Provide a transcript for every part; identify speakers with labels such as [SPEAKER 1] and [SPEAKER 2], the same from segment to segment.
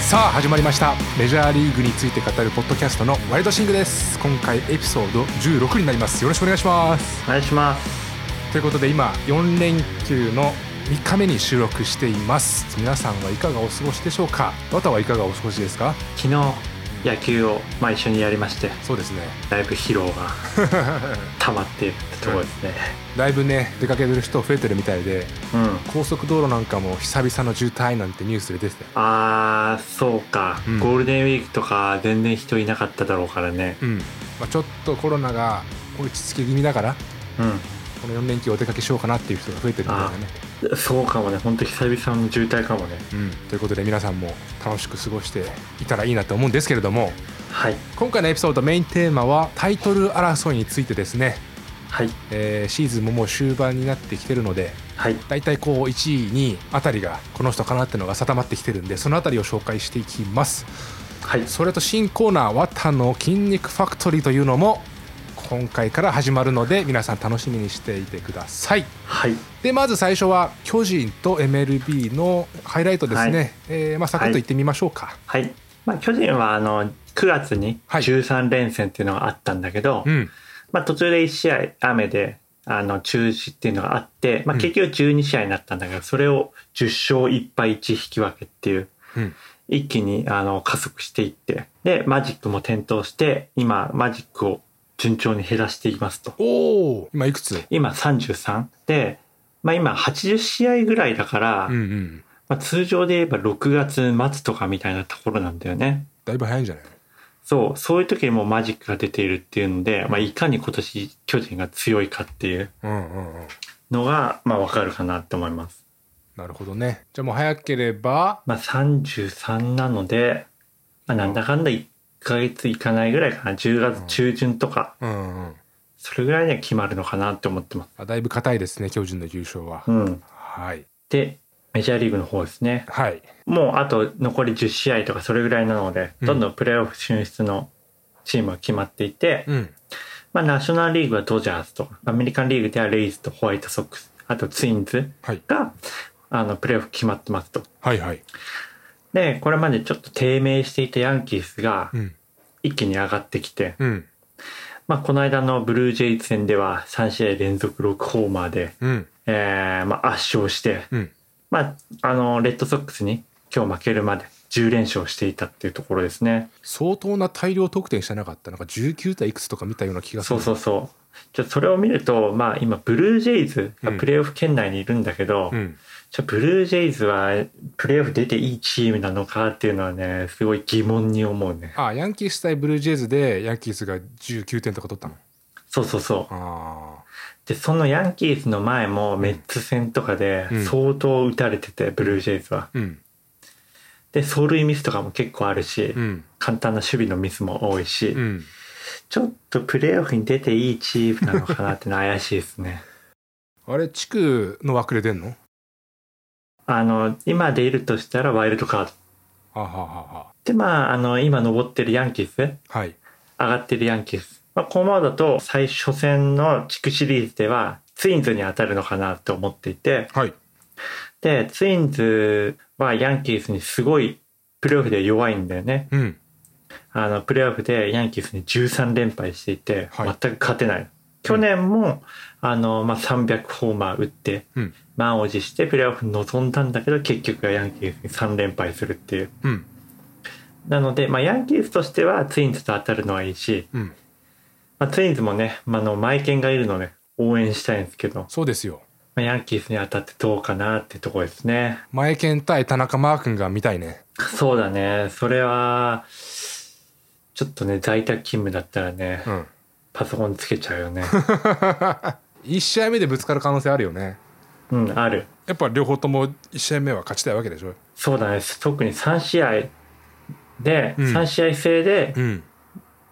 [SPEAKER 1] さあ始まりましたメジャーリーグについて語るポッドキャストのワイドシングです今回エピソード16になりますよろしくお願いします
[SPEAKER 2] お願いします
[SPEAKER 1] ということで今4連休の3日目に収録しています皆さんはいかがお過ごしでしょうかわたはいかがお過ごしですか
[SPEAKER 2] 昨日野球を、まあ、一緒にやりまして
[SPEAKER 1] そうですね
[SPEAKER 2] だいぶ疲労 が溜まっているってところですね
[SPEAKER 1] だいぶね出かける人増えてるみたいで
[SPEAKER 2] うん、
[SPEAKER 1] 高速道路なんかも久々の渋滞なんてニュースで出てたよ
[SPEAKER 2] あーそうか、
[SPEAKER 1] うん
[SPEAKER 2] ゴールデンウィークとか全然人いなかっただろうからね
[SPEAKER 1] うん、まあ、ちょっとコロナが落ち着き気味だから
[SPEAKER 2] うん
[SPEAKER 1] この4連休お出かけしようかなっていう人が増えてるみたいだね
[SPEAKER 2] そうかもね本当久々の渋滞かもね
[SPEAKER 1] うん、ということで皆さんも楽しく過ごしていたらいいなと思うんですけれども
[SPEAKER 2] はい
[SPEAKER 1] 今回のエピソードメインテーマはタイトル争いについてですね、
[SPEAKER 2] はい
[SPEAKER 1] えーシーズンももう終盤になってきてるので
[SPEAKER 2] はい
[SPEAKER 1] 大体こう1位2位あたりがこの人かなってのが定まってきてるんでそのあたりを紹介していきます
[SPEAKER 2] はい
[SPEAKER 1] それと新コーナー「ワタの筋肉ファクトリー」というのも今回から始まるので皆さん楽しみにしていてください
[SPEAKER 2] はい
[SPEAKER 1] でまず最初は巨人と MLB のハイライトですね、
[SPEAKER 2] はい
[SPEAKER 1] えーまあ、サクッといってみましょうか、
[SPEAKER 2] はいまあ巨人はあの9月に
[SPEAKER 1] はい
[SPEAKER 2] 13連戦っていうのがあったんだけど、
[SPEAKER 1] うん
[SPEAKER 2] まあ、途中で1試合雨であの中止っていうのがあって、まあ、
[SPEAKER 1] うん
[SPEAKER 2] 結局12試合になったんだけど、それを10勝1敗1引き分けっていう
[SPEAKER 1] うん
[SPEAKER 2] 一気にあの加速していってでマジックも点灯して今マジックを順調に減らしていますと
[SPEAKER 1] おお今いくつ
[SPEAKER 2] 今33で、まあ、今80試合ぐらいだから、
[SPEAKER 1] うんうん
[SPEAKER 2] まあ、通常で言えば6月末とかみたいなところなんだよね。
[SPEAKER 1] だいぶ早いんじゃない
[SPEAKER 2] そう、そういう時にもうマジックが出ているっていうので、まあ、いかに今年巨人が強いかっていう
[SPEAKER 1] うんうんうん
[SPEAKER 2] のが、まあ、わかるかなって思います。
[SPEAKER 1] なるほどねじゃあもう早ければ
[SPEAKER 2] まあ、33なので、まあ、なんだかんだ1ヶ月いかないぐらいかな。10月中旬とか、
[SPEAKER 1] うんうん
[SPEAKER 2] それぐらいには決まるのかなって思ってます。
[SPEAKER 1] あだいぶ硬いですね巨人の優勝は、
[SPEAKER 2] うん。
[SPEAKER 1] はい
[SPEAKER 2] で、メジャーリーグの方ですね。
[SPEAKER 1] はい
[SPEAKER 2] もうあと残り10試合とかそれぐらいなので、
[SPEAKER 1] うん
[SPEAKER 2] どんどんプレーオフ進出のチームは決まっていて、
[SPEAKER 1] うん
[SPEAKER 2] まあ、ナショナルリーグはドジャースと、アメリカンリーグではレイズとホワイトソックス、あとツインズ
[SPEAKER 1] はい
[SPEAKER 2] が、あの、プレーオフ決まってますと。
[SPEAKER 1] はいはい
[SPEAKER 2] で、これまでちょっと低迷していたヤンキースが
[SPEAKER 1] うん
[SPEAKER 2] 一気に上がってきて、
[SPEAKER 1] うん
[SPEAKER 2] まあ、この間のブルージェイズ戦では3試合連続6ホーマーで、
[SPEAKER 1] うん
[SPEAKER 2] えーまあ、圧勝して、
[SPEAKER 1] うん
[SPEAKER 2] まあ、あの、レッドソックスに今日負けるまで10連勝していたっていうところですね。
[SPEAKER 1] 相当な大量得点してなかったなんか19対いくつとか見たような気がす
[SPEAKER 2] そ
[SPEAKER 1] る
[SPEAKER 2] うそうそう。ちょっとそれを見ると、まあ、今、ブルージェイズがプレーオフ圏内にいるんだけど、
[SPEAKER 1] ん、
[SPEAKER 2] ちょブルージェイズはプレーオフ出ていいチームなのかっていうのはねすごい疑問に思うね
[SPEAKER 1] あヤンキース対ブルージェイズでヤンキースが19点とか取ったの
[SPEAKER 2] そうそうそう
[SPEAKER 1] あ
[SPEAKER 2] でそのヤンキースの前もメッツ戦とかで
[SPEAKER 1] うん
[SPEAKER 2] 相当打たれてて、ブルージェイズは
[SPEAKER 1] ーうん
[SPEAKER 2] で走塁ミスとかも結構あるし、
[SPEAKER 1] うん
[SPEAKER 2] 簡単な守備のミスも多いし、
[SPEAKER 1] うん
[SPEAKER 2] ちょっとプレーオフに出ていいチームなのかなってのは怪しいですね
[SPEAKER 1] あれ地区の枠で出んの
[SPEAKER 2] あの今でいるとしたらワイルドカード
[SPEAKER 1] ははは
[SPEAKER 2] でまああの今登ってるヤンキース
[SPEAKER 1] ははい
[SPEAKER 2] 上がってるヤンキース。まあ、このままだと最初戦の地区シリーズではツインズに当たるのかなと思っていて、
[SPEAKER 1] はい
[SPEAKER 2] で、ツインズはヤンキースにすごいプレーオフで弱いんだよね。
[SPEAKER 1] うん
[SPEAKER 2] あの、プレーオフでヤンキースに13連敗していて、
[SPEAKER 1] はい
[SPEAKER 2] 全く勝てない。去年も、あの、まあ、300ホーマー打って、
[SPEAKER 1] うん
[SPEAKER 2] 満を持してプレーオフに臨んだんだけど、結局はヤンキースに3連敗するっていう。
[SPEAKER 1] うん
[SPEAKER 2] なので、まあ、ヤンキースとしてはツインズと当たるのはいいし、
[SPEAKER 1] うん
[SPEAKER 2] まあ、ツインズもね、まあ、あの、マイケンがいるので、応援したいんですけど、ま
[SPEAKER 1] そうですよ
[SPEAKER 2] あ、ヤンキースに当たってどうかなってとこですね。
[SPEAKER 1] 前健対田中マー君が見たいね
[SPEAKER 2] そうだね。それは、ちょっとね、在宅勤務だったらね、
[SPEAKER 1] うん
[SPEAKER 2] パソコンつけちゃう よね。
[SPEAKER 1] 1試合目でぶつかる可能性あるよね
[SPEAKER 2] うん、ある。
[SPEAKER 1] やっぱ両方とも1試合目は勝ちたいわけでしょ
[SPEAKER 2] そうだね。特に3試合で、
[SPEAKER 1] うん
[SPEAKER 2] 3試合制で
[SPEAKER 1] ん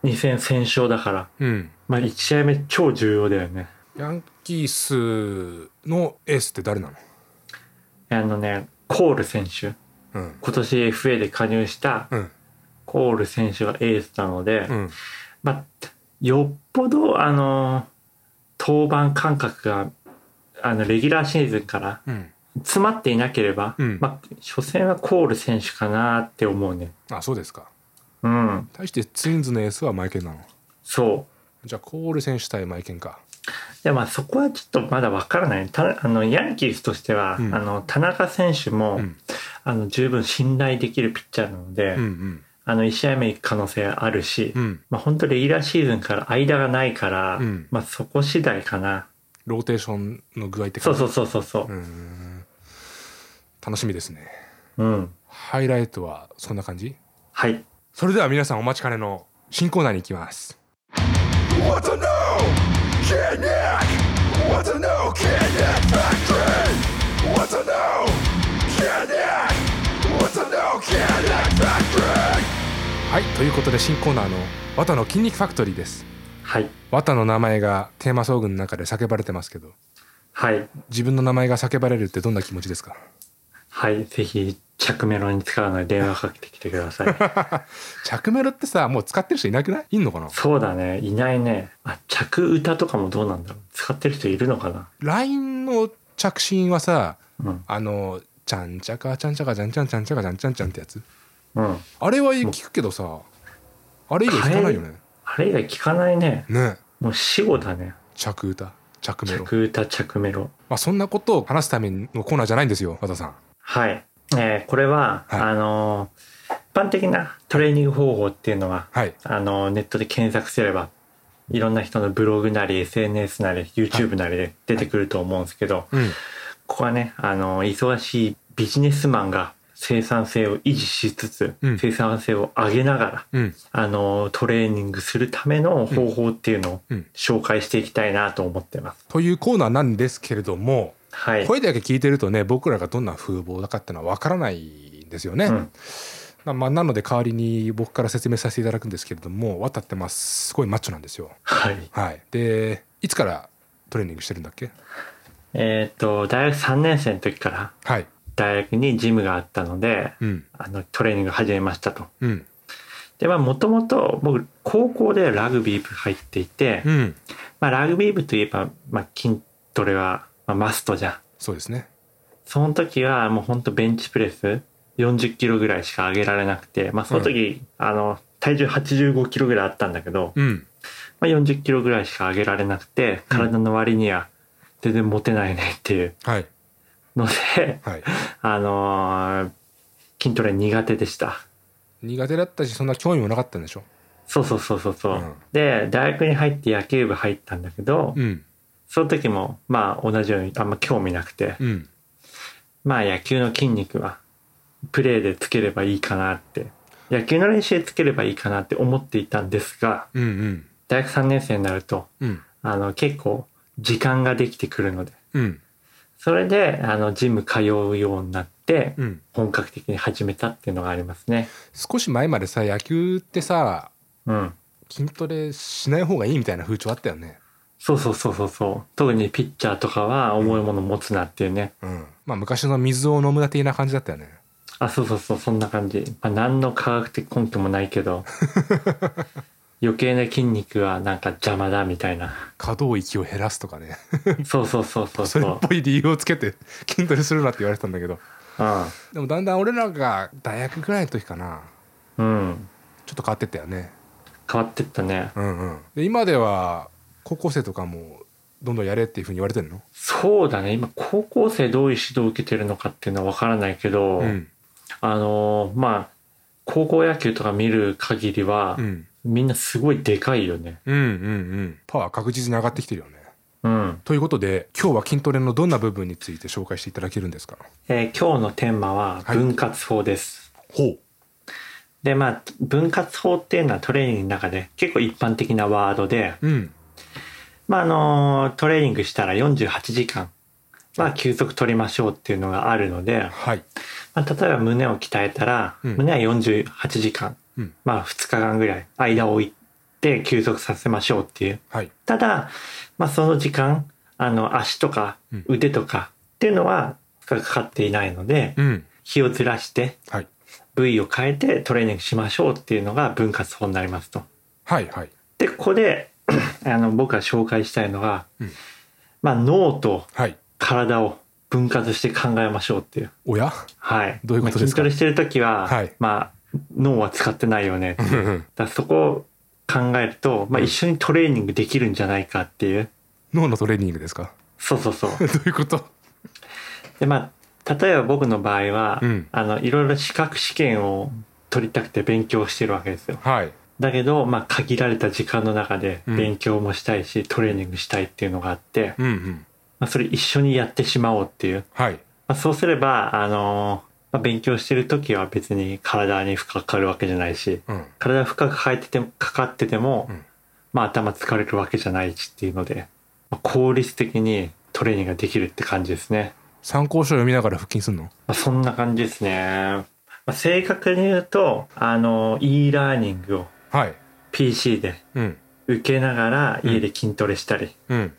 [SPEAKER 2] 2戦戦勝だから、
[SPEAKER 1] うん
[SPEAKER 2] まあ、1試合目超重要だよね。
[SPEAKER 1] ヤンキースのエースって誰なの
[SPEAKER 2] あのね、コール選手。
[SPEAKER 1] うん
[SPEAKER 2] 今年 FA で加入した
[SPEAKER 1] うん
[SPEAKER 2] コール選手がエースなので、
[SPEAKER 1] うん
[SPEAKER 2] まあ、よっぽど、あの、登板間隔が、あの、レギュラーシーズンから
[SPEAKER 1] うん
[SPEAKER 2] 詰まっていなければ、
[SPEAKER 1] うん
[SPEAKER 2] まあ、初戦はコール選手かなって思うね。
[SPEAKER 1] あそうですか
[SPEAKER 2] うん。
[SPEAKER 1] 対してツインズのエースはマイケンなの
[SPEAKER 2] そう。
[SPEAKER 1] じゃあコール選手対マイケンか
[SPEAKER 2] でまあそこはちょっとまだわからないたあのヤンキースとしては、
[SPEAKER 1] うん
[SPEAKER 2] あの田中選手も、
[SPEAKER 1] うん
[SPEAKER 2] あの十分信頼できるピッチャーなので、
[SPEAKER 1] うん
[SPEAKER 2] あの1試合目行く可能性あるし、
[SPEAKER 1] うんうん
[SPEAKER 2] まあ本当レギュラーシーズンから間がないから、
[SPEAKER 1] うん
[SPEAKER 2] まあそこ次第かな
[SPEAKER 1] ローテーションの具合って
[SPEAKER 2] そうそううそうそうそう
[SPEAKER 1] ーん楽しみですね
[SPEAKER 2] う、ん
[SPEAKER 1] ハイライトはそんな感じ
[SPEAKER 2] はい
[SPEAKER 1] それでは皆さんお待ちかねの新コーナーに行きます
[SPEAKER 3] What to know? Kid Nick! What to know? Kid Nick Factory! What to know? Kid Nick! What to know? Kid Nick Factory!
[SPEAKER 1] はいということで新コーナーの「綿の筋肉ファクトリー」です
[SPEAKER 2] はい
[SPEAKER 1] 綿の名前がテーマソングの中で叫ばれてますけど
[SPEAKER 2] はい
[SPEAKER 1] 自分の名前が叫ばれるってどんな気持ちですか
[SPEAKER 2] はいぜひ着メロに使うので電話かけてきてください
[SPEAKER 1] 着メロってさもう使ってる人いなくないいんのかな
[SPEAKER 2] そうだねいないねあ着歌とかもどうなんだろう使ってる人いるのかな
[SPEAKER 1] LINE の着信はさ
[SPEAKER 2] うん
[SPEAKER 1] あの「ちゃんちゃかちゃんちゃかちゃんちゃんちゃんちゃかちゃんちゃんちゃん」ってやつ
[SPEAKER 2] うん
[SPEAKER 1] あれは聞くけどさあれ以外聞かないよね
[SPEAKER 2] あれ以外聞かないね
[SPEAKER 1] ね
[SPEAKER 2] もう死後だね
[SPEAKER 1] 着歌着メロ、
[SPEAKER 2] 着歌着メロ
[SPEAKER 1] まあ、そんなことを話すためのコーナーじゃないんですよ和田さん
[SPEAKER 2] はい、えーこれは、
[SPEAKER 1] はい
[SPEAKER 2] あのー一般的なトレーニング方法っていうのは
[SPEAKER 1] はい
[SPEAKER 2] あのーネットで検索すればいろんな人のブログなり SNS なり YouTube なりで出てくると思うんですけど、
[SPEAKER 1] うん
[SPEAKER 2] ここはね、あのー忙しいビジネスマンが生産性を維持しつつ、
[SPEAKER 1] うん
[SPEAKER 2] 生産性を上げながら、
[SPEAKER 1] うん
[SPEAKER 2] あのートレーニングするための方法っていうのを
[SPEAKER 1] うん
[SPEAKER 2] 紹介していきたいなと思ってます。
[SPEAKER 1] というコーナーなんですけれども
[SPEAKER 2] はい、
[SPEAKER 1] 声だけ聞いてるとね僕らがどんな風貌だかってのは分からないんですよね、
[SPEAKER 2] うん
[SPEAKER 1] なまあ、なので代わりに僕から説明させていただくんですけれども渡ってますすごいマッチョなんですよ
[SPEAKER 2] はい
[SPEAKER 1] はいでいつからトレーニングしてるんだっけ
[SPEAKER 2] えっ、と大学3年生の時から
[SPEAKER 1] はい
[SPEAKER 2] 大学にジムがあったので、
[SPEAKER 1] うん
[SPEAKER 2] あのトレーニング始めましたと。
[SPEAKER 1] うん
[SPEAKER 2] でまあもともと僕高校でラグビー部入っていて、
[SPEAKER 1] うん
[SPEAKER 2] まあ、ラグビー部といえば、まあ、筋トレは、まあ、マストじゃん。
[SPEAKER 1] そうですね
[SPEAKER 2] その時はもうほんとベンチプレス40キロぐらいしか上げられなくて、まあ、その時、あの体重85キロぐらいあったんだけど、
[SPEAKER 1] うん
[SPEAKER 2] まあ、40キロぐらいしか上げられなくて体の割には全然モテないねっていう
[SPEAKER 1] はい
[SPEAKER 2] ので、
[SPEAKER 1] はい
[SPEAKER 2] あのー筋トレ苦手でした。
[SPEAKER 1] 苦手だったしそんな興味もなかったんでしょ
[SPEAKER 2] そうそうそうそうそう、
[SPEAKER 1] うん
[SPEAKER 2] で大学に入って野球部入ったんだけど、
[SPEAKER 1] うん
[SPEAKER 2] その時もまあ同じようにあんま興味なくて、
[SPEAKER 1] うん
[SPEAKER 2] まあ野球の筋肉はプレーでつければいいかなって野球の練習でつければいいかなって思っていたんですが
[SPEAKER 1] うんうん
[SPEAKER 2] 大学3年生になると
[SPEAKER 1] うん
[SPEAKER 2] あの結構時間ができてくるので
[SPEAKER 1] うん
[SPEAKER 2] それであのジム通うようになって
[SPEAKER 1] うん
[SPEAKER 2] 本格的に始めたっていうのがありますね。
[SPEAKER 1] 少し前までさ野球ってさ
[SPEAKER 2] うん
[SPEAKER 1] 筋トレしない方がいいみたいな風潮あったよね
[SPEAKER 2] そうそうそうそうそう特にピッチャーとかは重いもの持つなっていうね、
[SPEAKER 1] うんまあ昔の水を飲むな的な感じだったよね
[SPEAKER 2] あそうそうそうそんな感じ、まあ、何の科学的根拠もないけど 余計な筋肉はなんか邪魔だみたいな
[SPEAKER 1] 可動域を減らすとかね
[SPEAKER 2] そうそうそうそ う
[SPEAKER 1] そ
[SPEAKER 2] そう
[SPEAKER 1] れっぽい理由をつけて筋トレするなって言われてたんだけどでもだんだん俺らが大学ぐらいの時かな
[SPEAKER 2] うん、うん、
[SPEAKER 1] ちょっと変わってったよね
[SPEAKER 2] 変わってったね
[SPEAKER 1] うんうんで今では高校生とかもどんどんやれっていうふうに言われてるの
[SPEAKER 2] そうだね今高校生どういう指導を受けてるのかっていうのは分からないけど、
[SPEAKER 1] うん
[SPEAKER 2] あのーまあ高校野球とか見る限りは、
[SPEAKER 1] うん
[SPEAKER 2] みんなすごいでかいよね
[SPEAKER 1] うんうんうんパワー確実に上がってきてるよね
[SPEAKER 2] うん、
[SPEAKER 1] ということで今日は筋トレのどんな部分について紹介していただけるんですか
[SPEAKER 2] えー今日のテーマは
[SPEAKER 1] はい
[SPEAKER 2] 分割法です、
[SPEAKER 1] ほう
[SPEAKER 2] でまあ分割法っていうのはトレーニングの中で結構一般的なワードで、
[SPEAKER 1] うん
[SPEAKER 2] まあ、あのトレーニングしたら48時間、まあ、休息取りましょうっていうのがあるので、
[SPEAKER 1] はい
[SPEAKER 2] まあ、例えば胸を鍛えたら、
[SPEAKER 1] うん
[SPEAKER 2] 胸は48時間、
[SPEAKER 1] うん
[SPEAKER 2] まあ、2日間ぐらい間を置いて休息させましょうっていう
[SPEAKER 1] はい
[SPEAKER 2] ただ、まあ、その時間あの足とか
[SPEAKER 1] うん
[SPEAKER 2] 腕とかっていうのは負荷がかかっていないので、
[SPEAKER 1] うん
[SPEAKER 2] 日をずらして
[SPEAKER 1] はい
[SPEAKER 2] 部位を変えてトレーニングしましょうっていうのが分割法になりますと。
[SPEAKER 1] はいはい
[SPEAKER 2] でここで あの僕が紹介したいのが、
[SPEAKER 1] うん
[SPEAKER 2] まあ、脳と
[SPEAKER 1] はい
[SPEAKER 2] 体を分割して考えましょうっていう。
[SPEAKER 1] おや
[SPEAKER 2] はい。
[SPEAKER 1] どういうことですか
[SPEAKER 2] まあ筋トレしてる時は、
[SPEAKER 1] はい
[SPEAKER 2] まあ、脳は使ってないよね。だからそこを考えると、まあ、
[SPEAKER 1] うん
[SPEAKER 2] 一緒にトレーニングできるんじゃないかっていう。
[SPEAKER 1] 脳のトレーニングですか
[SPEAKER 2] そうそうそう。
[SPEAKER 1] どういうこと
[SPEAKER 2] で、まあ、例えば僕の場合は、
[SPEAKER 1] うん
[SPEAKER 2] あの、いろいろ資格試験を取りたくて勉強してるわけですよ。
[SPEAKER 1] はい
[SPEAKER 2] だけど、まあ、限られた時間の中で
[SPEAKER 1] うん
[SPEAKER 2] 勉強もしたいし、トレーニングしたいっていうのがあって、
[SPEAKER 1] うんうん
[SPEAKER 2] まあ、それ一緒にやってしまおうっていう。
[SPEAKER 1] はい
[SPEAKER 2] まあ、そうすれば、あのーまあ、勉強してる時は別に体に負荷かかるわけじゃないし、
[SPEAKER 1] うん
[SPEAKER 2] 体負荷がかかっててもかかってても、
[SPEAKER 1] うん
[SPEAKER 2] まあ、頭疲れるわけじゃないしっていうので、まあ、効率的にトレーニングができるって感じですね。
[SPEAKER 1] 参考書読みながら腹筋すんの
[SPEAKER 2] まあ、そんな感じですね。まあ、正確に言うと、あの、e ラーニングを
[SPEAKER 1] はい
[SPEAKER 2] PC で
[SPEAKER 1] うん
[SPEAKER 2] 受けながら家で筋トレしたり、
[SPEAKER 1] うん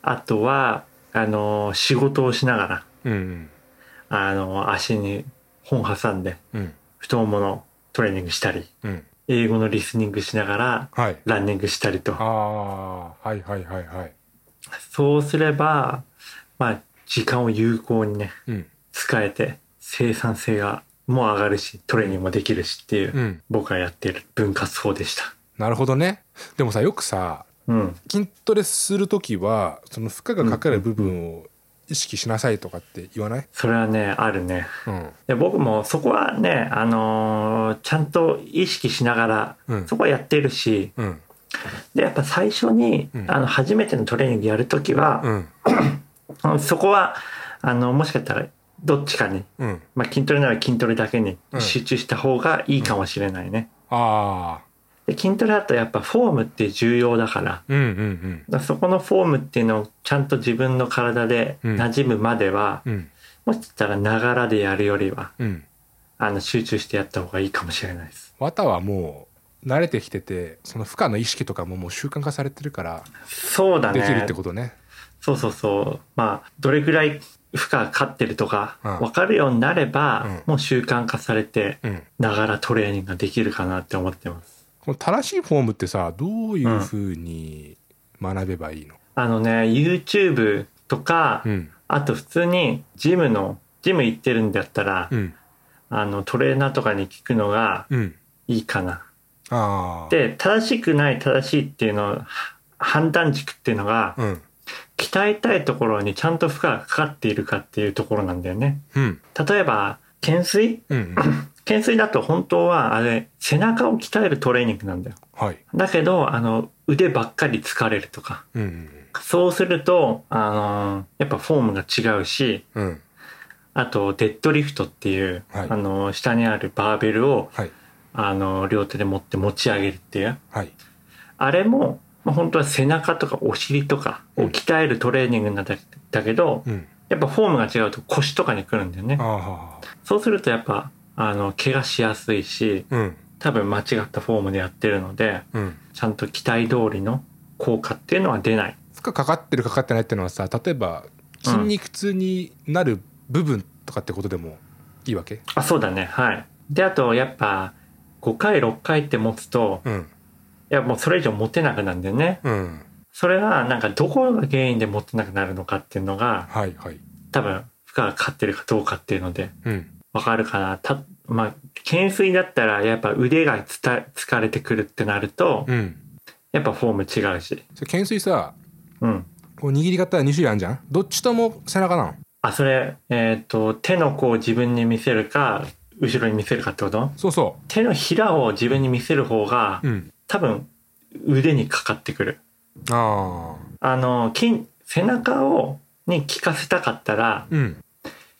[SPEAKER 2] あとは、あの、仕事をしなが
[SPEAKER 1] うんうん
[SPEAKER 2] ら、あの、足に本挟んで、
[SPEAKER 1] うん
[SPEAKER 2] 太もものトレーニングしたり、
[SPEAKER 1] うん
[SPEAKER 2] 英語のリスニングしながら、
[SPEAKER 1] はい
[SPEAKER 2] ランニングしたりと
[SPEAKER 1] あ。あはいはいはいはい
[SPEAKER 2] そうすれば、まあ、時間を有効にね、
[SPEAKER 1] うん
[SPEAKER 2] 使えて、生産性がもう上がるし、トレーニングもできるしっていう、
[SPEAKER 1] うん
[SPEAKER 2] 僕がやっている分割法でした。
[SPEAKER 1] なるほどねでもさよくさ
[SPEAKER 2] うん。
[SPEAKER 1] 筋トレする時はその負荷がかかる部分を意識しなさいとかって言わない、
[SPEAKER 2] それはね、あるね。
[SPEAKER 1] うん、
[SPEAKER 2] で僕もそこはね、あのーちゃんと意識しながら、
[SPEAKER 1] うん
[SPEAKER 2] そこはやってるし、
[SPEAKER 1] うん
[SPEAKER 2] で、やっぱ最初に、
[SPEAKER 1] うん
[SPEAKER 2] あの、初めてのトレーニングやるときは
[SPEAKER 1] う、ん
[SPEAKER 2] あのそこは、あの、もしかしたら、どっちかに、
[SPEAKER 1] うん
[SPEAKER 2] まあ、筋トレなら筋トレだけに
[SPEAKER 1] うん
[SPEAKER 2] 集中した方がいいかもしれないね。
[SPEAKER 1] ああ
[SPEAKER 2] で筋トレだとやっぱフォームって重要だから、だか
[SPEAKER 1] うんうん
[SPEAKER 2] らそこのフォームっていうのをちゃんと自分の体で
[SPEAKER 1] うん
[SPEAKER 2] 馴染むまでは、
[SPEAKER 1] うんうん
[SPEAKER 2] もしかしたらながらでやるよりは、
[SPEAKER 1] うん
[SPEAKER 2] あの、集中してやった方がいいかもしれないです。
[SPEAKER 1] 綿はもう慣れてきててその負荷の意識とかももう習慣化されてるから
[SPEAKER 2] そうだね。
[SPEAKER 1] できるってことね
[SPEAKER 2] そうそうそう。まあ、どれぐらい負荷がかかってるとか、
[SPEAKER 1] うん
[SPEAKER 2] わかるようになれば、
[SPEAKER 1] うん
[SPEAKER 2] もう習慣化されて、
[SPEAKER 1] うん
[SPEAKER 2] ながらトレーニングができるかなって思ってます。
[SPEAKER 1] この正しいフォームってさどういうふうに学べばいいの、
[SPEAKER 2] あのね、YouTube とか、
[SPEAKER 1] うん
[SPEAKER 2] あと普通にジムの、ジム行ってるんだったら、
[SPEAKER 1] うん
[SPEAKER 2] あの、トレーナーとかに聞くのが
[SPEAKER 1] うん、
[SPEAKER 2] いいかな。
[SPEAKER 1] ああ
[SPEAKER 2] で、正しくない正しいっていうの、判断軸っていうのが、
[SPEAKER 1] うん
[SPEAKER 2] 鍛えたいところにちゃんと負荷がかかっているかっていうところなんだよね。
[SPEAKER 1] うん
[SPEAKER 2] 例えば、懸垂
[SPEAKER 1] うん
[SPEAKER 2] 懸垂だと本当はあれ背中を鍛えるトレーニングなんだよ
[SPEAKER 1] はい
[SPEAKER 2] だけどあの腕ばっかり疲れるとか
[SPEAKER 1] うん
[SPEAKER 2] そうすると、あのやっぱフォームが違うし
[SPEAKER 1] うんうん
[SPEAKER 2] あとデッドリフトっていう、
[SPEAKER 1] はい
[SPEAKER 2] あの下にあるバーベルを、
[SPEAKER 1] はい
[SPEAKER 2] あの両手で持って持ち上げるっていう
[SPEAKER 1] はい
[SPEAKER 2] あれも、まあ、本当は背中とかお尻とかを鍛えるトレーニングなんだだけど、
[SPEAKER 1] うん
[SPEAKER 2] やっぱフォームが違うと腰とかに来るんだよね
[SPEAKER 1] ああ
[SPEAKER 2] そうするとやっぱあの怪我しやすいし
[SPEAKER 1] うん
[SPEAKER 2] 多分間違ったフォームでやってるので
[SPEAKER 1] うん
[SPEAKER 2] ちゃんと期待通りの効果っていうのは出ない。
[SPEAKER 1] 負荷かかってるかかってないっていうのはさ例えば筋肉痛になる部分とかってことでもいいわけ
[SPEAKER 2] あ、そうだね。はい。で、あと、やっぱ、5回、6回って持つと、
[SPEAKER 1] うん
[SPEAKER 2] いや、もうそれ以上持てなくなるんだよね。
[SPEAKER 1] うん
[SPEAKER 2] それは、なんか、どこが原因で持てなくなるのかっていうのが、
[SPEAKER 1] はいはい
[SPEAKER 2] 多分、負荷がかかってるかどうかっていうので、
[SPEAKER 1] うん
[SPEAKER 2] わかるかな。た、まあ、懸垂だったら、やっぱ腕がつた疲れてくるってなると、
[SPEAKER 1] うん
[SPEAKER 2] やっぱフォーム違うし。
[SPEAKER 1] それ懸垂さ
[SPEAKER 2] うん。
[SPEAKER 1] こう握り方2種類あるじゃんどっちとも背中なの
[SPEAKER 2] あ、それ、えっ、と、手の甲を自分に見せるか、後ろに見せるかってこと
[SPEAKER 1] そうそ
[SPEAKER 2] 手のひらを自分に見せる方が、
[SPEAKER 1] ううん
[SPEAKER 2] 多分腕にかかってくる
[SPEAKER 1] ああ
[SPEAKER 2] あの筋背中をに効かせたかったら
[SPEAKER 1] うん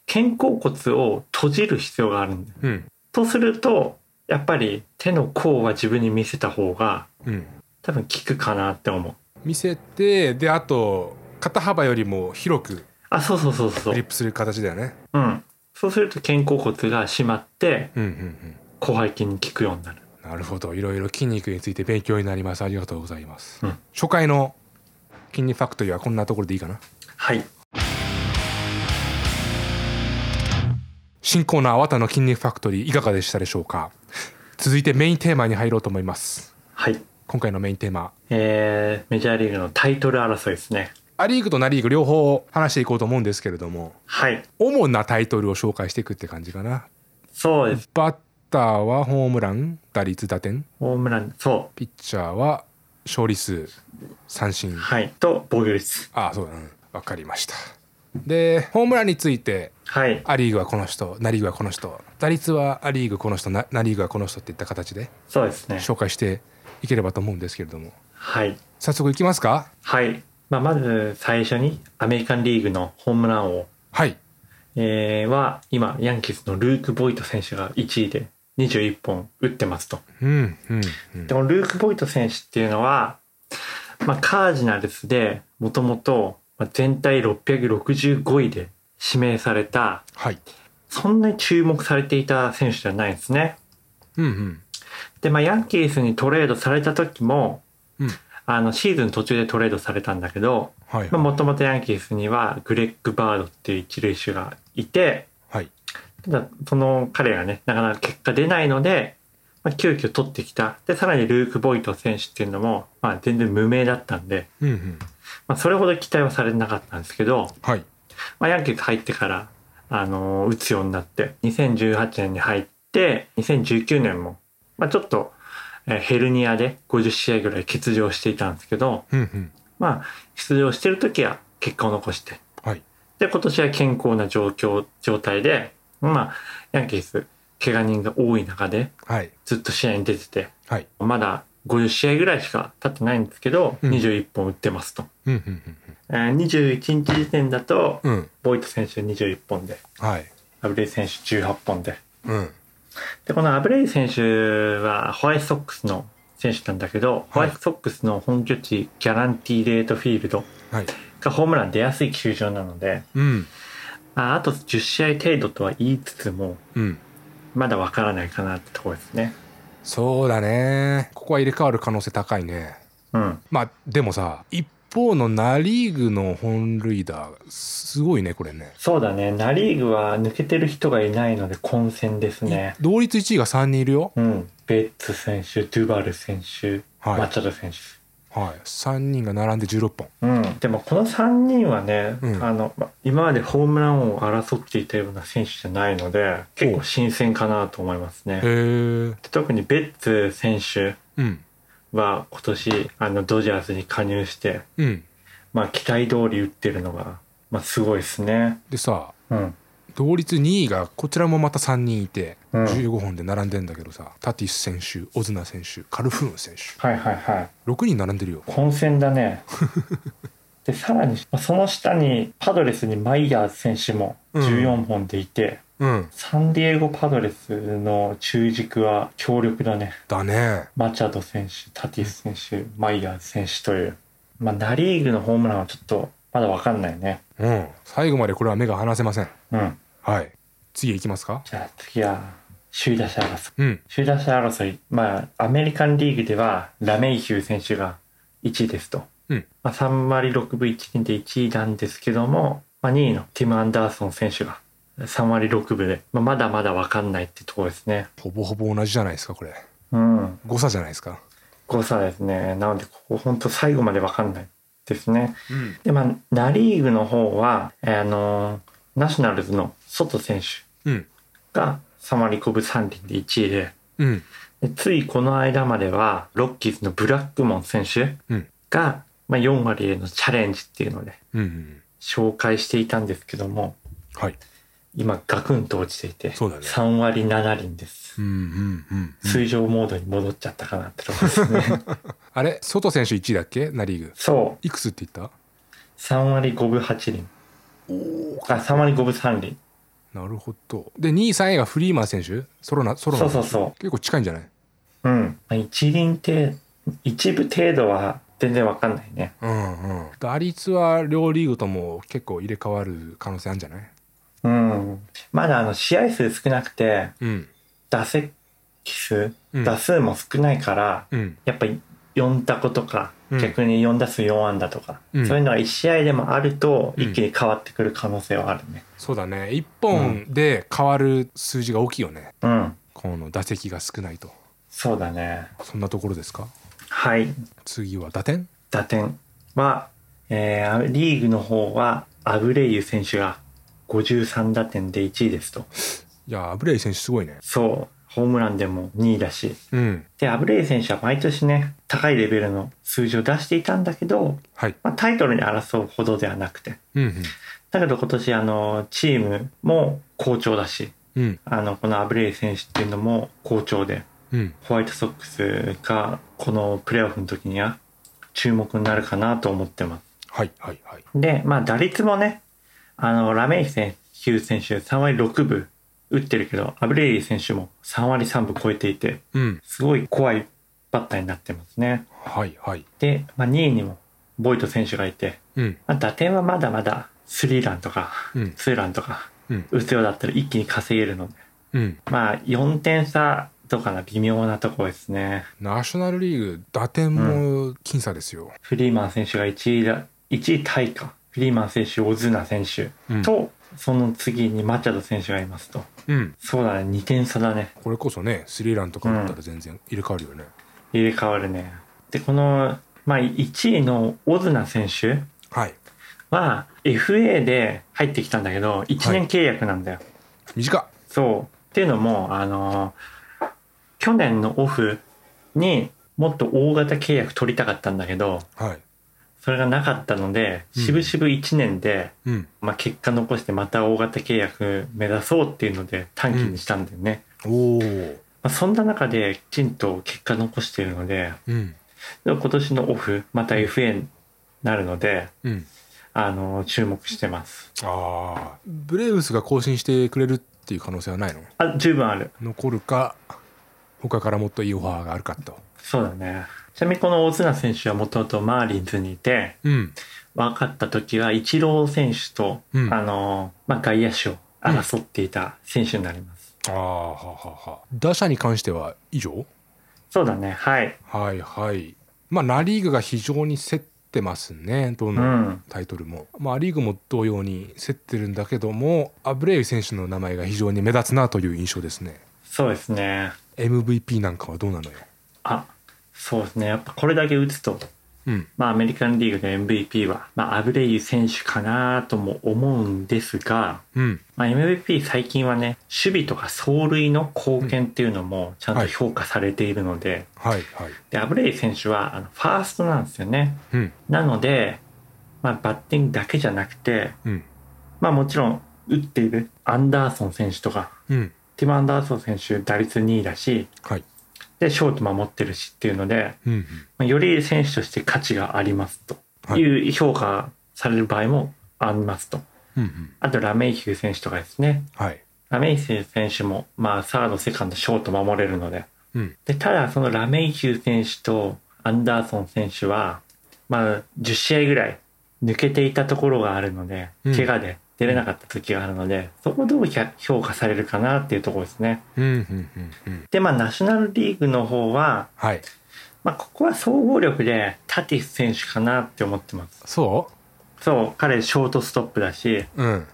[SPEAKER 2] 肩甲骨を閉じる必要があるんだよ
[SPEAKER 1] うん
[SPEAKER 2] とするとやっぱり手の甲は自分に見せた方が
[SPEAKER 1] うん
[SPEAKER 2] 多分効くかなって思う
[SPEAKER 1] 見せてであと肩幅よりも広く
[SPEAKER 2] あそうそうそうそ
[SPEAKER 1] グリ
[SPEAKER 2] う
[SPEAKER 1] ップする形だよね
[SPEAKER 2] うんそうすると肩甲骨が締まって
[SPEAKER 1] うんうんうん
[SPEAKER 2] 広背筋に効くようになる
[SPEAKER 1] なるほどいろいろ筋肉について勉強になりますありがとうございます、
[SPEAKER 2] うん
[SPEAKER 1] 初回の「筋肉ファクトリー」はこんなところでいいかな
[SPEAKER 2] はい
[SPEAKER 1] 新コーナー「綿の筋肉ファクトリー」いかがでしたでしょうか続いてメインテーマに入ろうと思います
[SPEAKER 2] はい
[SPEAKER 1] 今回のメインテーマ
[SPEAKER 2] えー、メジャーリーグのタイトル争いですね
[SPEAKER 1] ア・リーグとナ・リーグ両方話していこうと思うんですけれども
[SPEAKER 2] はい。
[SPEAKER 1] 主なタイトルを紹介していくって感じかな
[SPEAKER 2] そうです。
[SPEAKER 1] バッターはホームラン打率打点
[SPEAKER 2] ホームラン、そ
[SPEAKER 1] ピッチャーは勝利数三振
[SPEAKER 2] う。はい。と、防御率。
[SPEAKER 1] あそうだ、うん、分かりましたでホームランについて
[SPEAKER 2] はい。
[SPEAKER 1] ア・リーグはこの人ナ・リーグはこの人打率はア・リーグこの人ナ・ナリーグはこの人っていった形で
[SPEAKER 2] そうですね。
[SPEAKER 1] 紹介していければと思うんですけれども
[SPEAKER 2] はい。
[SPEAKER 1] 早速いきますか
[SPEAKER 2] はい。まあ、まず最初にアメリカンリーグのホームラン王、
[SPEAKER 1] はい
[SPEAKER 2] えーは今ヤンキースのルーク・ボイト選手が1位で21本打ってますと。
[SPEAKER 1] うんうんうん
[SPEAKER 2] でこのルーク・ボイト選手っていうのは、まあ、カージナルスでもともと全体665位で指名された
[SPEAKER 1] はい
[SPEAKER 2] そんなに注目されていた選手じゃないんですね。
[SPEAKER 1] うんうん
[SPEAKER 2] で、まあ、ヤンキースにトレードされた時も
[SPEAKER 1] うん
[SPEAKER 2] あのシーズン途中でトレードされたんだけど
[SPEAKER 1] はい
[SPEAKER 2] まあもともとヤンキースにはグレッグ・バードっていう一塁手がいて、
[SPEAKER 1] はい
[SPEAKER 2] ただその彼がね、なかなか結果出ないので、まあ、急遽取ってきた。で、さらにルーク・ボイト選手っていうのも、まあ全然無名だったんで、
[SPEAKER 1] うんうん
[SPEAKER 2] まあそれほど期待はされなかったんですけど、
[SPEAKER 1] はい
[SPEAKER 2] まあヤンキース入ってから、あのー打つようになって、2018年に入って、2019年も、まあちょっと、えーヘルニアで50試合ぐらい欠場していたんですけど、
[SPEAKER 1] うんうん
[SPEAKER 2] まあ出場してる時は結果を残して、
[SPEAKER 1] はい
[SPEAKER 2] で、今年は健康な状況、状態で、まあ、ヤンキース、怪我人が多い中で、
[SPEAKER 1] はい
[SPEAKER 2] ずっと試合に出てて、
[SPEAKER 1] はい
[SPEAKER 2] まだ50試合ぐらいしか経ってないんですけど、
[SPEAKER 1] うん
[SPEAKER 2] 21本打ってますと。
[SPEAKER 1] うんうん
[SPEAKER 2] えー21日時点だと、
[SPEAKER 1] うんうん
[SPEAKER 2] ボイト選手21本で、
[SPEAKER 1] はい
[SPEAKER 2] アブレイ選手18本で。
[SPEAKER 1] うん
[SPEAKER 2] で、このアブレイ選手は、ホワイトソックスの選手なんだけど、ホワイトソックスの本拠地、ギャランティーレートフィールド
[SPEAKER 1] はい
[SPEAKER 2] がホームラン出やすい球場なので、
[SPEAKER 1] うん
[SPEAKER 2] ああと10試合程度とは言いつつも、
[SPEAKER 1] うん
[SPEAKER 2] まだわからないかなってところですね。
[SPEAKER 1] そうだねここは入れ替わる可能性高いね
[SPEAKER 2] うん。
[SPEAKER 1] まあでもさ一方のナ・リーグの本塁打すごいねこれね
[SPEAKER 2] そうだね。ナリーグは抜けてる人がいないので混戦ですね。
[SPEAKER 1] 同率1位が3人いるよ
[SPEAKER 2] うん。ベッツ選手、ドゥバル選手、
[SPEAKER 1] はい
[SPEAKER 2] マチャド選手。
[SPEAKER 1] はい3人が並んで16本
[SPEAKER 2] うん。でもこの3人はね、
[SPEAKER 1] うん
[SPEAKER 2] あの、ま今までホームラン王を争っていたような選手じゃないので、結構新鮮かなと思いますね。
[SPEAKER 1] へえ
[SPEAKER 2] で特にベッツ選手
[SPEAKER 1] うん
[SPEAKER 2] は今年、あの、ドジャースに加入して、
[SPEAKER 1] うん
[SPEAKER 2] まあ期待通り打ってるのが、まあすごいですね。
[SPEAKER 1] でさ
[SPEAKER 2] うん。
[SPEAKER 1] 同率2位がこちらもまた3人いて、
[SPEAKER 2] うん
[SPEAKER 1] 15本で並んでんだけどさタティス選手オズナ選手カルフーン選手
[SPEAKER 2] はいはいはい。
[SPEAKER 1] 6人並んでるよ
[SPEAKER 2] 混戦だ ねでさらにその下にパドレスにマイヤーズ選手も14本でいて、
[SPEAKER 1] うん
[SPEAKER 2] サンディエゴパドレスの中軸は強力だね
[SPEAKER 1] だね
[SPEAKER 2] マチャド選手タティス選手マイヤーズ選手という、まあ、ナ・リーグのホームランはちょっとまだ分かんないね
[SPEAKER 1] うん最後までこれは目が離せません
[SPEAKER 2] うん
[SPEAKER 1] はい次いきますか
[SPEAKER 2] じゃあ次は首位打者争い
[SPEAKER 1] うん
[SPEAKER 2] 首位打者争いまあアメリカンリーグではラメイヒュー選手が1位ですと
[SPEAKER 1] うん
[SPEAKER 2] まあ、3割6分1厘で1位なんですけども、まあ、2位のティム・アンダーソン選手が3割6分で、まあ、まだまだ分かんないってところですね。
[SPEAKER 1] ほぼほぼ同じじゃないですかこれ
[SPEAKER 2] うん。
[SPEAKER 1] 誤差じゃないですか
[SPEAKER 2] 誤差ですね。なので、ここ本当最後まで分かんないですね。
[SPEAKER 1] うん
[SPEAKER 2] で、まあ、ナ・リーグの方は、えーあのーナショナルズのソト選手
[SPEAKER 1] うん
[SPEAKER 2] が3割5分3厘で1位で、
[SPEAKER 1] うん
[SPEAKER 2] でついこの間までは、ロッキーズのブラックモン選手
[SPEAKER 1] うん
[SPEAKER 2] が、まあ、4割へのチャレンジっていうので、
[SPEAKER 1] うんうん
[SPEAKER 2] 紹介していたんですけども、
[SPEAKER 1] はい
[SPEAKER 2] 今ガクンと落ちていて、
[SPEAKER 1] そうだね
[SPEAKER 2] 3割7厘です。
[SPEAKER 1] うんうんうん
[SPEAKER 2] 通常モードに戻っちゃったかなってとこですね。
[SPEAKER 1] あれ外選手1位だっけナ・リーグ
[SPEAKER 2] そう、
[SPEAKER 1] いくつって言った
[SPEAKER 2] 3割5分8厘。あ、3割5分3厘。
[SPEAKER 1] なるほどで2位3位がフリーマン選手ソロなソロ
[SPEAKER 2] そ
[SPEAKER 1] な
[SPEAKER 2] うそうそ。
[SPEAKER 1] 結構近いんじゃないう
[SPEAKER 2] うん。まあ一輪程一部程度は全然わかんないね。
[SPEAKER 1] うんうん、打率は両リーグとも結構入れ替わる可能性あるんじゃない
[SPEAKER 2] うん。まだあの、試合数少なくて、
[SPEAKER 1] うん
[SPEAKER 2] 打席数、
[SPEAKER 1] うん
[SPEAKER 2] 打数も少ないから、
[SPEAKER 1] うん
[SPEAKER 2] やっぱり4打コとか、
[SPEAKER 1] うん
[SPEAKER 2] 逆に4打数4安打とか、
[SPEAKER 1] うん
[SPEAKER 2] そういうのが1試合でもあると
[SPEAKER 1] うん
[SPEAKER 2] 一気に変わってくる可能性はあるね。
[SPEAKER 1] そうだね1本で変わる数字が大きいよね、
[SPEAKER 2] うん、
[SPEAKER 1] この打席が少ないと
[SPEAKER 2] そうだね。
[SPEAKER 1] そんなところですか
[SPEAKER 2] はい。
[SPEAKER 1] 次は打点
[SPEAKER 2] 打点は、えーリーグの方はアブレイユ選手が53打点で1位ですと。
[SPEAKER 1] いやアブレイ選手すごいね
[SPEAKER 2] そう、ホームランでも2位だし。
[SPEAKER 1] うん
[SPEAKER 2] で、アブレイユ選手は毎年ね、高いレベルの数字を出していたんだけど、
[SPEAKER 1] はい
[SPEAKER 2] まあ、タイトルに争うほどではなくて。
[SPEAKER 1] うんうん
[SPEAKER 2] だけど今年、あの、チームも好調だし、
[SPEAKER 1] うん
[SPEAKER 2] あの、このアブレイユ選手っていうのも好調で、
[SPEAKER 1] うん
[SPEAKER 2] ホワイトソックスがこのプレーオフの時には注目になるかなと思ってます。
[SPEAKER 1] はいはいはい
[SPEAKER 2] で、まあ打率もね、あの、ラメイ選手選手3割6分打ってるけど、アブレイユ選手も3割3分超えていて、
[SPEAKER 1] うん
[SPEAKER 2] すごい怖いバッターになってますね。
[SPEAKER 1] はいはい
[SPEAKER 2] で、まあ2位にもボイト選手がいて、
[SPEAKER 1] うん
[SPEAKER 2] まあ打点はまだまだスリーランとか、
[SPEAKER 1] うん
[SPEAKER 2] ツーランとか、
[SPEAKER 1] うん
[SPEAKER 2] 打つようだったら一気に稼げるので、
[SPEAKER 1] うん
[SPEAKER 2] まあ4点差とかな微妙なところですね。
[SPEAKER 1] ナショナルリーグ打点も僅差ですよ、
[SPEAKER 2] フリーマン選手が1位だ、1位タイか。フリーマン選手、オズナ選手
[SPEAKER 1] うん
[SPEAKER 2] と、その次にマチャド選手がいますと。
[SPEAKER 1] うん、
[SPEAKER 2] そうだね、2点差だね。
[SPEAKER 1] これこそねスリーランとか打ったら全然入れ替わるよね、
[SPEAKER 2] 入れ替わるね。で、この、まあ、1位のオズナ選手
[SPEAKER 1] はい
[SPEAKER 2] は、FA で入ってきたんだけど、1年契約なんだよ。
[SPEAKER 1] 短っ
[SPEAKER 2] そう。っていうのも、あのー去年のオフにもっと大型契約取りたかったんだけど、
[SPEAKER 1] はい
[SPEAKER 2] それがなかったので、
[SPEAKER 1] うん
[SPEAKER 2] 渋々1年で、
[SPEAKER 1] うん
[SPEAKER 2] まあ、結果残してまた大型契約目指そうっていうので短期にしたんだよね、
[SPEAKER 1] おお
[SPEAKER 2] まあ、そんな中できちんと結果残しているので
[SPEAKER 1] うん
[SPEAKER 2] でも今年のオフまた FA になるので
[SPEAKER 1] うん
[SPEAKER 2] あの注目してます
[SPEAKER 1] ああブレーブスが更新してくれるっていう可能性はないの
[SPEAKER 2] あ十分ある
[SPEAKER 1] 残るか他からもっといいオファーがあるかと
[SPEAKER 2] そうだねちなみにこの大綱選手はもともとマーリンズにいて
[SPEAKER 1] うん
[SPEAKER 2] 分かった時はイチロー選手と、
[SPEAKER 1] うん
[SPEAKER 2] あのまあ、外野手を争っていた選手になります、
[SPEAKER 1] ああははは打者に関しては以上
[SPEAKER 2] そうだねはい
[SPEAKER 1] はいはいまあナ・リーグが非常に競ってますねど
[SPEAKER 2] う
[SPEAKER 1] の
[SPEAKER 2] ん
[SPEAKER 1] タイトルも、まあリーグも同様に競ってるんだけどもアブレイユ選手の名前が非常に目立つなという印象ですね
[SPEAKER 2] そうですね
[SPEAKER 1] MVP なんかはどうなのよ
[SPEAKER 2] あそうですねやっぱこれだけ打つと、
[SPEAKER 1] うん
[SPEAKER 2] まあ、アメリカンリーグの MVP は、まあ、アブレイユ選手かなとも思うんですが、
[SPEAKER 1] うん
[SPEAKER 2] まあ、MVP 最近はね守備とか走塁の貢献っていうのもちゃん
[SPEAKER 1] は
[SPEAKER 2] と
[SPEAKER 1] い
[SPEAKER 2] 評価されているので,、
[SPEAKER 1] はいはい
[SPEAKER 2] でアブレイユ選手はあのファーストなんですよね
[SPEAKER 1] うん
[SPEAKER 2] なので、まあ、バッティングだけじゃなくて、
[SPEAKER 1] うん
[SPEAKER 2] まあ、もちろん打っているアンダーソン選手とか
[SPEAKER 1] うん
[SPEAKER 2] ティム・アンダーソン選手打率2位だし
[SPEAKER 1] はい
[SPEAKER 2] でショート守ってるしっていうので
[SPEAKER 1] うんうん
[SPEAKER 2] まあより選手として価値がありますと
[SPEAKER 1] はい
[SPEAKER 2] いう評価される場合もありますと。
[SPEAKER 1] うんうん
[SPEAKER 2] あとラメイヒュー選手とかですね。
[SPEAKER 1] はい
[SPEAKER 2] ラメイヒュー選手も、まあ、サード、セカンド、ショート守れるので。
[SPEAKER 1] うん
[SPEAKER 2] で、ただ、そのラメイヒュー選手とアンダーソン選手は、まあ、10試合ぐらい抜けていたところがあるので、
[SPEAKER 1] うん
[SPEAKER 2] 怪我で出れなかった時があるので、そこどう評価されるかなっていうところですね。
[SPEAKER 1] うんうんうんうん
[SPEAKER 2] で、まあ、ナショナルリーグの方は、
[SPEAKER 1] はい
[SPEAKER 2] まあ、ここは総合力でタティス選手かなって思ってます。
[SPEAKER 1] そ
[SPEAKER 2] そう、彼ショートストップだし、
[SPEAKER 1] ううん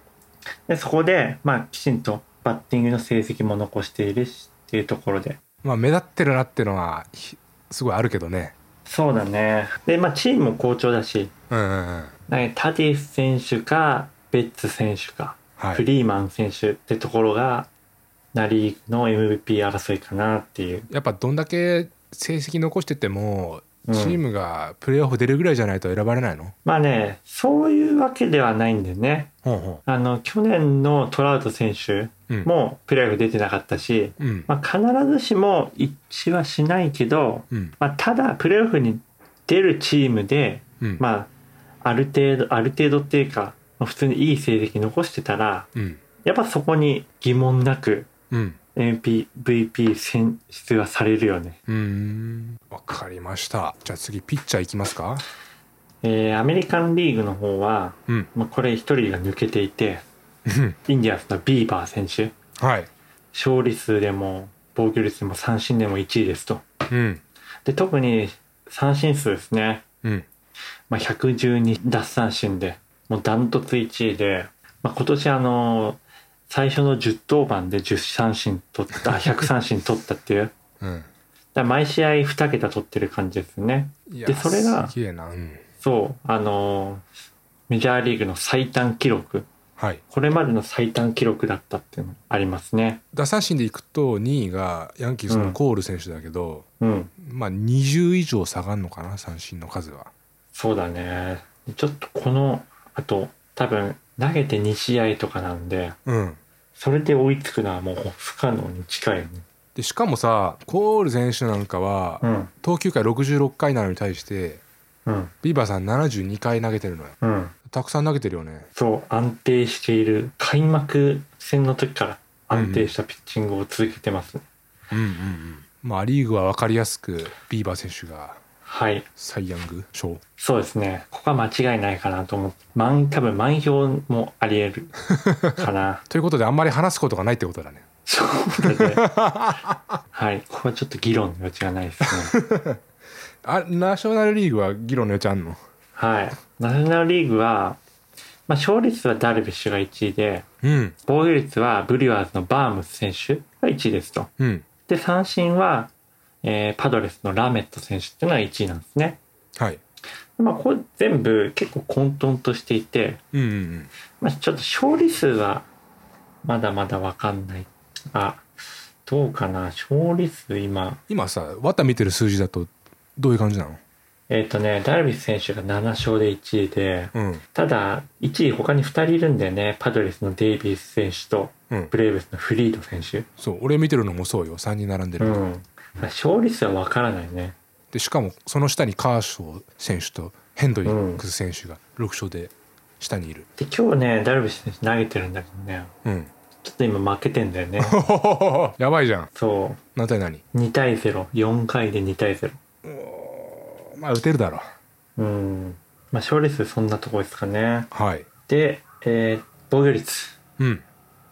[SPEAKER 2] でそこで、まあ、きちんとバッティングの成績も残しているしっていうところで。
[SPEAKER 1] まあ目立ってるなっていうのはひすごいあるけどね
[SPEAKER 2] そうだね。で、まあ、チームも好調だし、
[SPEAKER 1] うんうんうん
[SPEAKER 2] なんかタティス選手か、ベッツ選手か、
[SPEAKER 1] は
[SPEAKER 2] フ
[SPEAKER 1] い
[SPEAKER 2] リーマン選手ってところが、ナリーグの MVP 争いかなっていう。
[SPEAKER 1] やっぱどんだけ成績残しててもチ
[SPEAKER 2] うん
[SPEAKER 1] ームがプレーオフ出るぐらいじゃないと選ばれないの、
[SPEAKER 2] まあね、そういうわけではないんだよね。
[SPEAKER 1] ほうほ
[SPEAKER 2] あの、去年のトラウト選手
[SPEAKER 1] ううん
[SPEAKER 2] もプレーオフ出てなかったし、
[SPEAKER 1] うん
[SPEAKER 2] まあ、必ずしも一致はしないけど、
[SPEAKER 1] うん
[SPEAKER 2] まあ、ただプレーオフに出るチームで、
[SPEAKER 1] うん
[SPEAKER 2] まあ、ある程度ある程度っていうか、まあ普通にいい成績残してたら
[SPEAKER 1] うん
[SPEAKER 2] やっぱそこに疑問なく
[SPEAKER 1] うん、
[SPEAKER 2] MVP 選出はされるよね、
[SPEAKER 1] うーん、わかりましたじゃあ次ピッチャーいきますか
[SPEAKER 2] えーアメリカンリーグの方は、
[SPEAKER 1] うん
[SPEAKER 2] まあ、これ一人が抜けていて
[SPEAKER 1] うん
[SPEAKER 2] インディアンスのビーバー選手
[SPEAKER 1] はい
[SPEAKER 2] 勝利数でも防御率でも三振でも1位ですと
[SPEAKER 1] うん
[SPEAKER 2] で特に三振数ですね
[SPEAKER 1] うん
[SPEAKER 2] まあ、112奪三振でもうダントツ1位で、まあ、今年あの最初の10登板で10三振取ったあ100三振取ったっていうだか
[SPEAKER 1] うん
[SPEAKER 2] ら毎試合2桁取ってる感じですね
[SPEAKER 1] いや
[SPEAKER 2] でそれが
[SPEAKER 1] すげえなうん
[SPEAKER 2] そう、あのーメジャーリーグの最短記録、
[SPEAKER 1] はい、
[SPEAKER 2] これまでの最短記録だったっていうのありますね。
[SPEAKER 1] 打三振でいくと2位がヤンキースのコール選手だけど、
[SPEAKER 2] うん、
[SPEAKER 1] まあ20以上下がるのかな三振の数は
[SPEAKER 2] そうだね。ちょっとこの、あと、多分、投げて2試合とかなんで、
[SPEAKER 1] うん
[SPEAKER 2] それで追いつくのはもう不可能に近いよね。
[SPEAKER 1] でしかもさコール選手なんかは、
[SPEAKER 2] うん、
[SPEAKER 1] 投球回66回なのに対して
[SPEAKER 2] うん、
[SPEAKER 1] ビーバーさん72回投げてるのよ
[SPEAKER 2] うん。
[SPEAKER 1] たくさん投げてるよね
[SPEAKER 2] そう、安定している、開幕戦の時から安定したピッチングを続けてます。
[SPEAKER 1] うんうんうんまあア・リーグは分かりやすくビーバー選手が
[SPEAKER 2] はい。
[SPEAKER 1] サイ・ヤング賞
[SPEAKER 2] そうですね。ここは間違いないかなと思って。満、多分満票もあり得るか な。
[SPEAKER 1] ということであんまり話すことがないってことだね
[SPEAKER 2] そうだね。はい。ここはちょっと議論の余地がないです ね。
[SPEAKER 1] あナショナルリーグは議論の余地あんの
[SPEAKER 2] はい。ナショナルリーグは、まあ、勝率はダルビッシュが1位で、
[SPEAKER 1] うん
[SPEAKER 2] 防御率はブリュワーズのバームス選手が1位ですと。
[SPEAKER 1] うん
[SPEAKER 2] で、三振は、えーパドレスのラメット選手っていうのが1位なんですね。
[SPEAKER 1] はい
[SPEAKER 2] まあ、これ全部結構混沌としていて、
[SPEAKER 1] うんうんうん
[SPEAKER 2] まあ、ちょっと勝利数はまだまだわかんない。あ、どうかな。勝利数今。
[SPEAKER 1] 今さ綿見てる数字だとどういう感じなの
[SPEAKER 2] えっ、とね、ダルビッシュ選手が7勝で1位で、
[SPEAKER 1] うん
[SPEAKER 2] ただ、1位他に2人いるんだよね。パドレスのデイビス選手と、
[SPEAKER 1] うん
[SPEAKER 2] ブレーブスのフリード選手。
[SPEAKER 1] そう俺見てるのもそうよ3人並んでる、
[SPEAKER 2] うん。まあ勝利数はわからないね。
[SPEAKER 1] でしかもその下にカーショー選手とヘンドリックス選手が6勝で下にいる
[SPEAKER 2] で、今日ね、ダルビッシュ選手投げてるんだけどね、
[SPEAKER 1] うん
[SPEAKER 2] ちょっと今負けてんだよ ね。
[SPEAKER 1] やばいじゃん
[SPEAKER 2] そ
[SPEAKER 1] 何対何
[SPEAKER 2] う。2対0。4回で2対0。
[SPEAKER 1] まあ打てるだろ
[SPEAKER 2] うん。まあ、勝利数そんなとこですかね。
[SPEAKER 1] はい
[SPEAKER 2] で、えー防御率
[SPEAKER 1] うん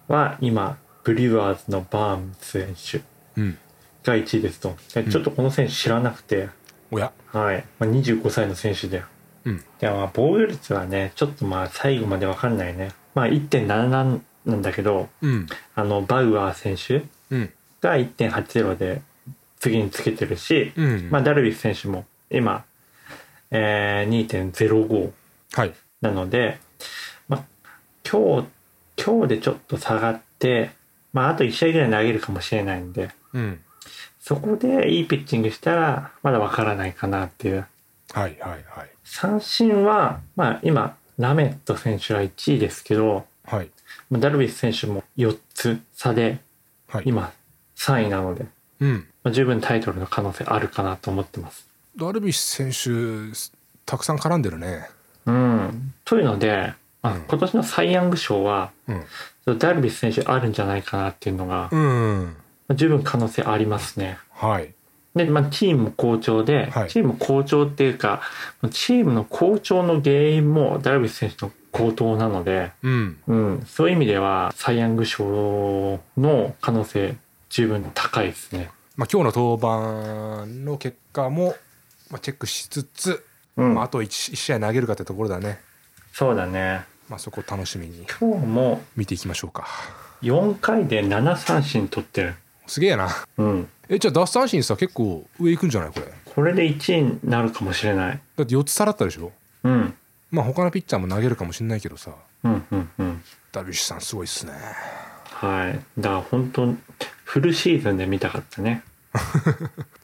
[SPEAKER 2] は今、ブリュワーズのバーンズ選手
[SPEAKER 1] うん
[SPEAKER 2] が1位ですと。でちょっとこの選手知らなくて、
[SPEAKER 1] おや
[SPEAKER 2] はい。まあ、25歳の選手で。
[SPEAKER 1] うん
[SPEAKER 2] で、まあ、防御率はね、ちょっとまあ、最後までわかんないね。まあ、1.77なんだけど、
[SPEAKER 1] うん
[SPEAKER 2] あの、バウアー選手
[SPEAKER 1] うん
[SPEAKER 2] が1.80で次につけてるし、
[SPEAKER 1] うん
[SPEAKER 2] まあ、ダルビス選手も今、えー、2.05。
[SPEAKER 1] はい
[SPEAKER 2] なので、まあ、今日、今日でちょっと下がって、まあ、あと1試合ぐらい投げるかもしれないんで、
[SPEAKER 1] うん
[SPEAKER 2] そこでいいピッチングしたら、まだわからないかなっていう。
[SPEAKER 1] はいはいはい
[SPEAKER 2] 三振は、まあ、今、ラメット選手が1位ですけど、
[SPEAKER 1] はい
[SPEAKER 2] まあダルビッシュ選手も4つ差で、
[SPEAKER 1] はい
[SPEAKER 2] 今、3位なので、
[SPEAKER 1] うん
[SPEAKER 2] まあ、十分タイトルの可能性あるかなと思ってます。
[SPEAKER 1] ダルビッシュ選手たくさん絡んでるね
[SPEAKER 2] うん。というので、まあ
[SPEAKER 1] うん
[SPEAKER 2] 今年のサイ・ヤング賞は、
[SPEAKER 1] うん
[SPEAKER 2] ダルビッシュ選手あるんじゃないかなっていうのが、
[SPEAKER 1] うん
[SPEAKER 2] まあ十分可能性ありますね。
[SPEAKER 1] はい
[SPEAKER 2] で、まあ、チームも好調で、
[SPEAKER 1] はい
[SPEAKER 2] チームも好調っていうか、チームの好調の原因もダルビッシュ選手の好投なので、
[SPEAKER 1] うん
[SPEAKER 2] うん、そういう意味では、サイ・ヤング賞の可能性、十分高いですね。
[SPEAKER 1] まあ今日の登板の結果もまあチェックしつつ
[SPEAKER 2] うん
[SPEAKER 1] まああと 1, 試合投げるかってところだね
[SPEAKER 2] そうだね。
[SPEAKER 1] まあそこを楽しみに
[SPEAKER 2] 今日も
[SPEAKER 1] 見ていきましょうか
[SPEAKER 2] 4回で7三振取ってる。
[SPEAKER 1] すげえな
[SPEAKER 2] うん。
[SPEAKER 1] えじゃあ奪三振さ結構上行くんじゃないこれだ
[SPEAKER 2] これで1位になるかもしれない。
[SPEAKER 1] って4つさらったでしょ
[SPEAKER 2] うん。
[SPEAKER 1] まあ他のピッチャーも投げるかもしれないけどさ
[SPEAKER 2] うん、うん、うん。
[SPEAKER 1] ダルビッシュさんすごいっすね
[SPEAKER 2] はい。だから本当、フルシーズンで見たかったね。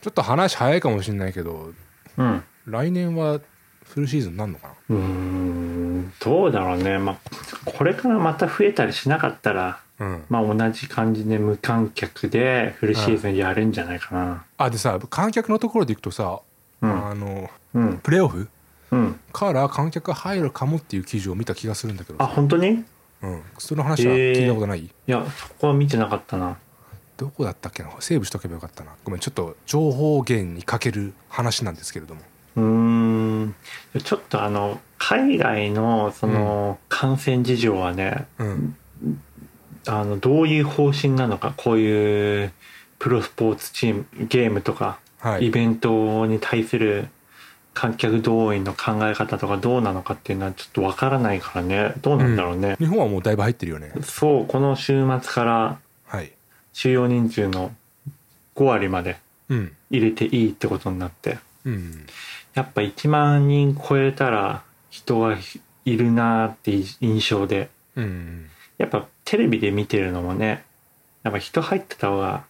[SPEAKER 1] ちょっと話早いかもしれないけど
[SPEAKER 2] うん。
[SPEAKER 1] 来年はフルシーズンなんのかな
[SPEAKER 2] うーんどうだろうね、まあ、これからまた増えたりしなかったら、
[SPEAKER 1] うん、
[SPEAKER 2] まあ、同じ感じで無観客でフルシーズンやるんじゃないかな。
[SPEAKER 1] あでさ観客のところでいくとさ、
[SPEAKER 2] うん、
[SPEAKER 1] あの
[SPEAKER 2] うん、
[SPEAKER 1] プレーオフ
[SPEAKER 2] うん。
[SPEAKER 1] から観客が入るかもっていう記事を見た気がするんだけど
[SPEAKER 2] あ、
[SPEAKER 1] さ、
[SPEAKER 2] 本当にい
[SPEAKER 1] うん、その話は聞いたことない、
[SPEAKER 2] や、そこは見てなかったな。
[SPEAKER 1] どこだったっけなセーブしとけばよかったなごめんちょっと情報源に欠ける話なんですけれども
[SPEAKER 2] うーん、ちょっとあの、海外のその感染事情はね、
[SPEAKER 1] うん
[SPEAKER 2] あのどういう方針なのか、こういうプロスポーツチーム、ゲームとか、
[SPEAKER 1] は
[SPEAKER 2] イ
[SPEAKER 1] い
[SPEAKER 2] ベントに対する観客動員の考え方とかどうなのかっていうのはちょっとわからないからねどうなんだろうね、
[SPEAKER 1] 日本はもうだいぶ入ってるよね
[SPEAKER 2] そうこの週末から
[SPEAKER 1] はい
[SPEAKER 2] 収容人数の5割まで
[SPEAKER 1] うん
[SPEAKER 2] 入れていいってことになって
[SPEAKER 1] うん
[SPEAKER 2] やっぱ1万人超えたら人がいるなーって印象で
[SPEAKER 1] うん
[SPEAKER 2] やっぱテレビで見てるのもねやっぱ人入ってた方が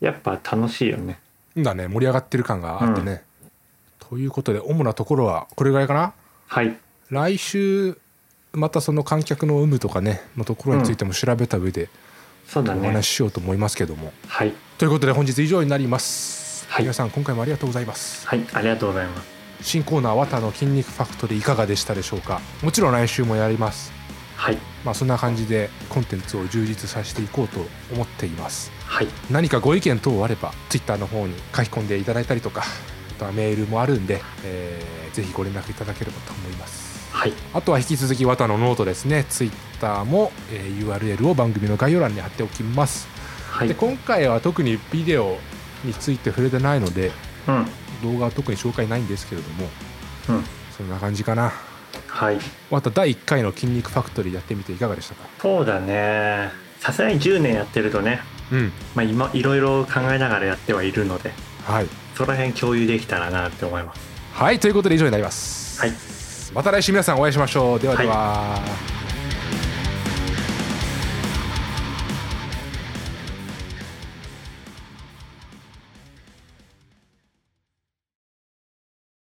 [SPEAKER 2] やっぱ楽しいよね
[SPEAKER 1] だね盛り上がってる感があってね、ということで主なところはこれぐらいかな
[SPEAKER 2] はい
[SPEAKER 1] 来週またその観客の有無とかねのところについても調べた上で
[SPEAKER 2] そうだ
[SPEAKER 1] お
[SPEAKER 2] ね
[SPEAKER 1] 話ししようと思いますけども、
[SPEAKER 2] はい
[SPEAKER 1] ということで本日以上になります、
[SPEAKER 2] はい
[SPEAKER 1] 皆さん今回もありがとうございます
[SPEAKER 2] はいありがとうございます
[SPEAKER 1] 新コーナー「綿の筋肉ファクトリー」いかがでしたでしょうかもちろん来週もやります
[SPEAKER 2] はい
[SPEAKER 1] まあそんな感じでコンテンツを充実させていこうと思っています
[SPEAKER 2] はい
[SPEAKER 1] 何かご意見等あれば Twitter の方に書き込んでいただいたりとかあとはメールもあるんで、えーぜひご連絡いただければと思います
[SPEAKER 2] はい
[SPEAKER 1] あとは引き続き綿のノートですね Twitter も、えー URL を番組の概要欄に貼っておきます、
[SPEAKER 2] はい
[SPEAKER 1] で今回は特にビデオについて触れてないので
[SPEAKER 2] うん
[SPEAKER 1] 動画は特に紹介ないんですけれども
[SPEAKER 2] うん
[SPEAKER 1] そんな感じかな
[SPEAKER 2] はい
[SPEAKER 1] また第1回の「筋肉ファクトリー」やってみていかがでしたか
[SPEAKER 2] そうだねさすがに10年やってるとね
[SPEAKER 1] うん
[SPEAKER 2] まあ今いろいろ考えながらやってはいるので
[SPEAKER 1] はい、
[SPEAKER 2] その辺共有できたらなって思います
[SPEAKER 1] はい、ということで以上になります、
[SPEAKER 2] はい
[SPEAKER 1] また来週皆さんお会いしましょうではでは、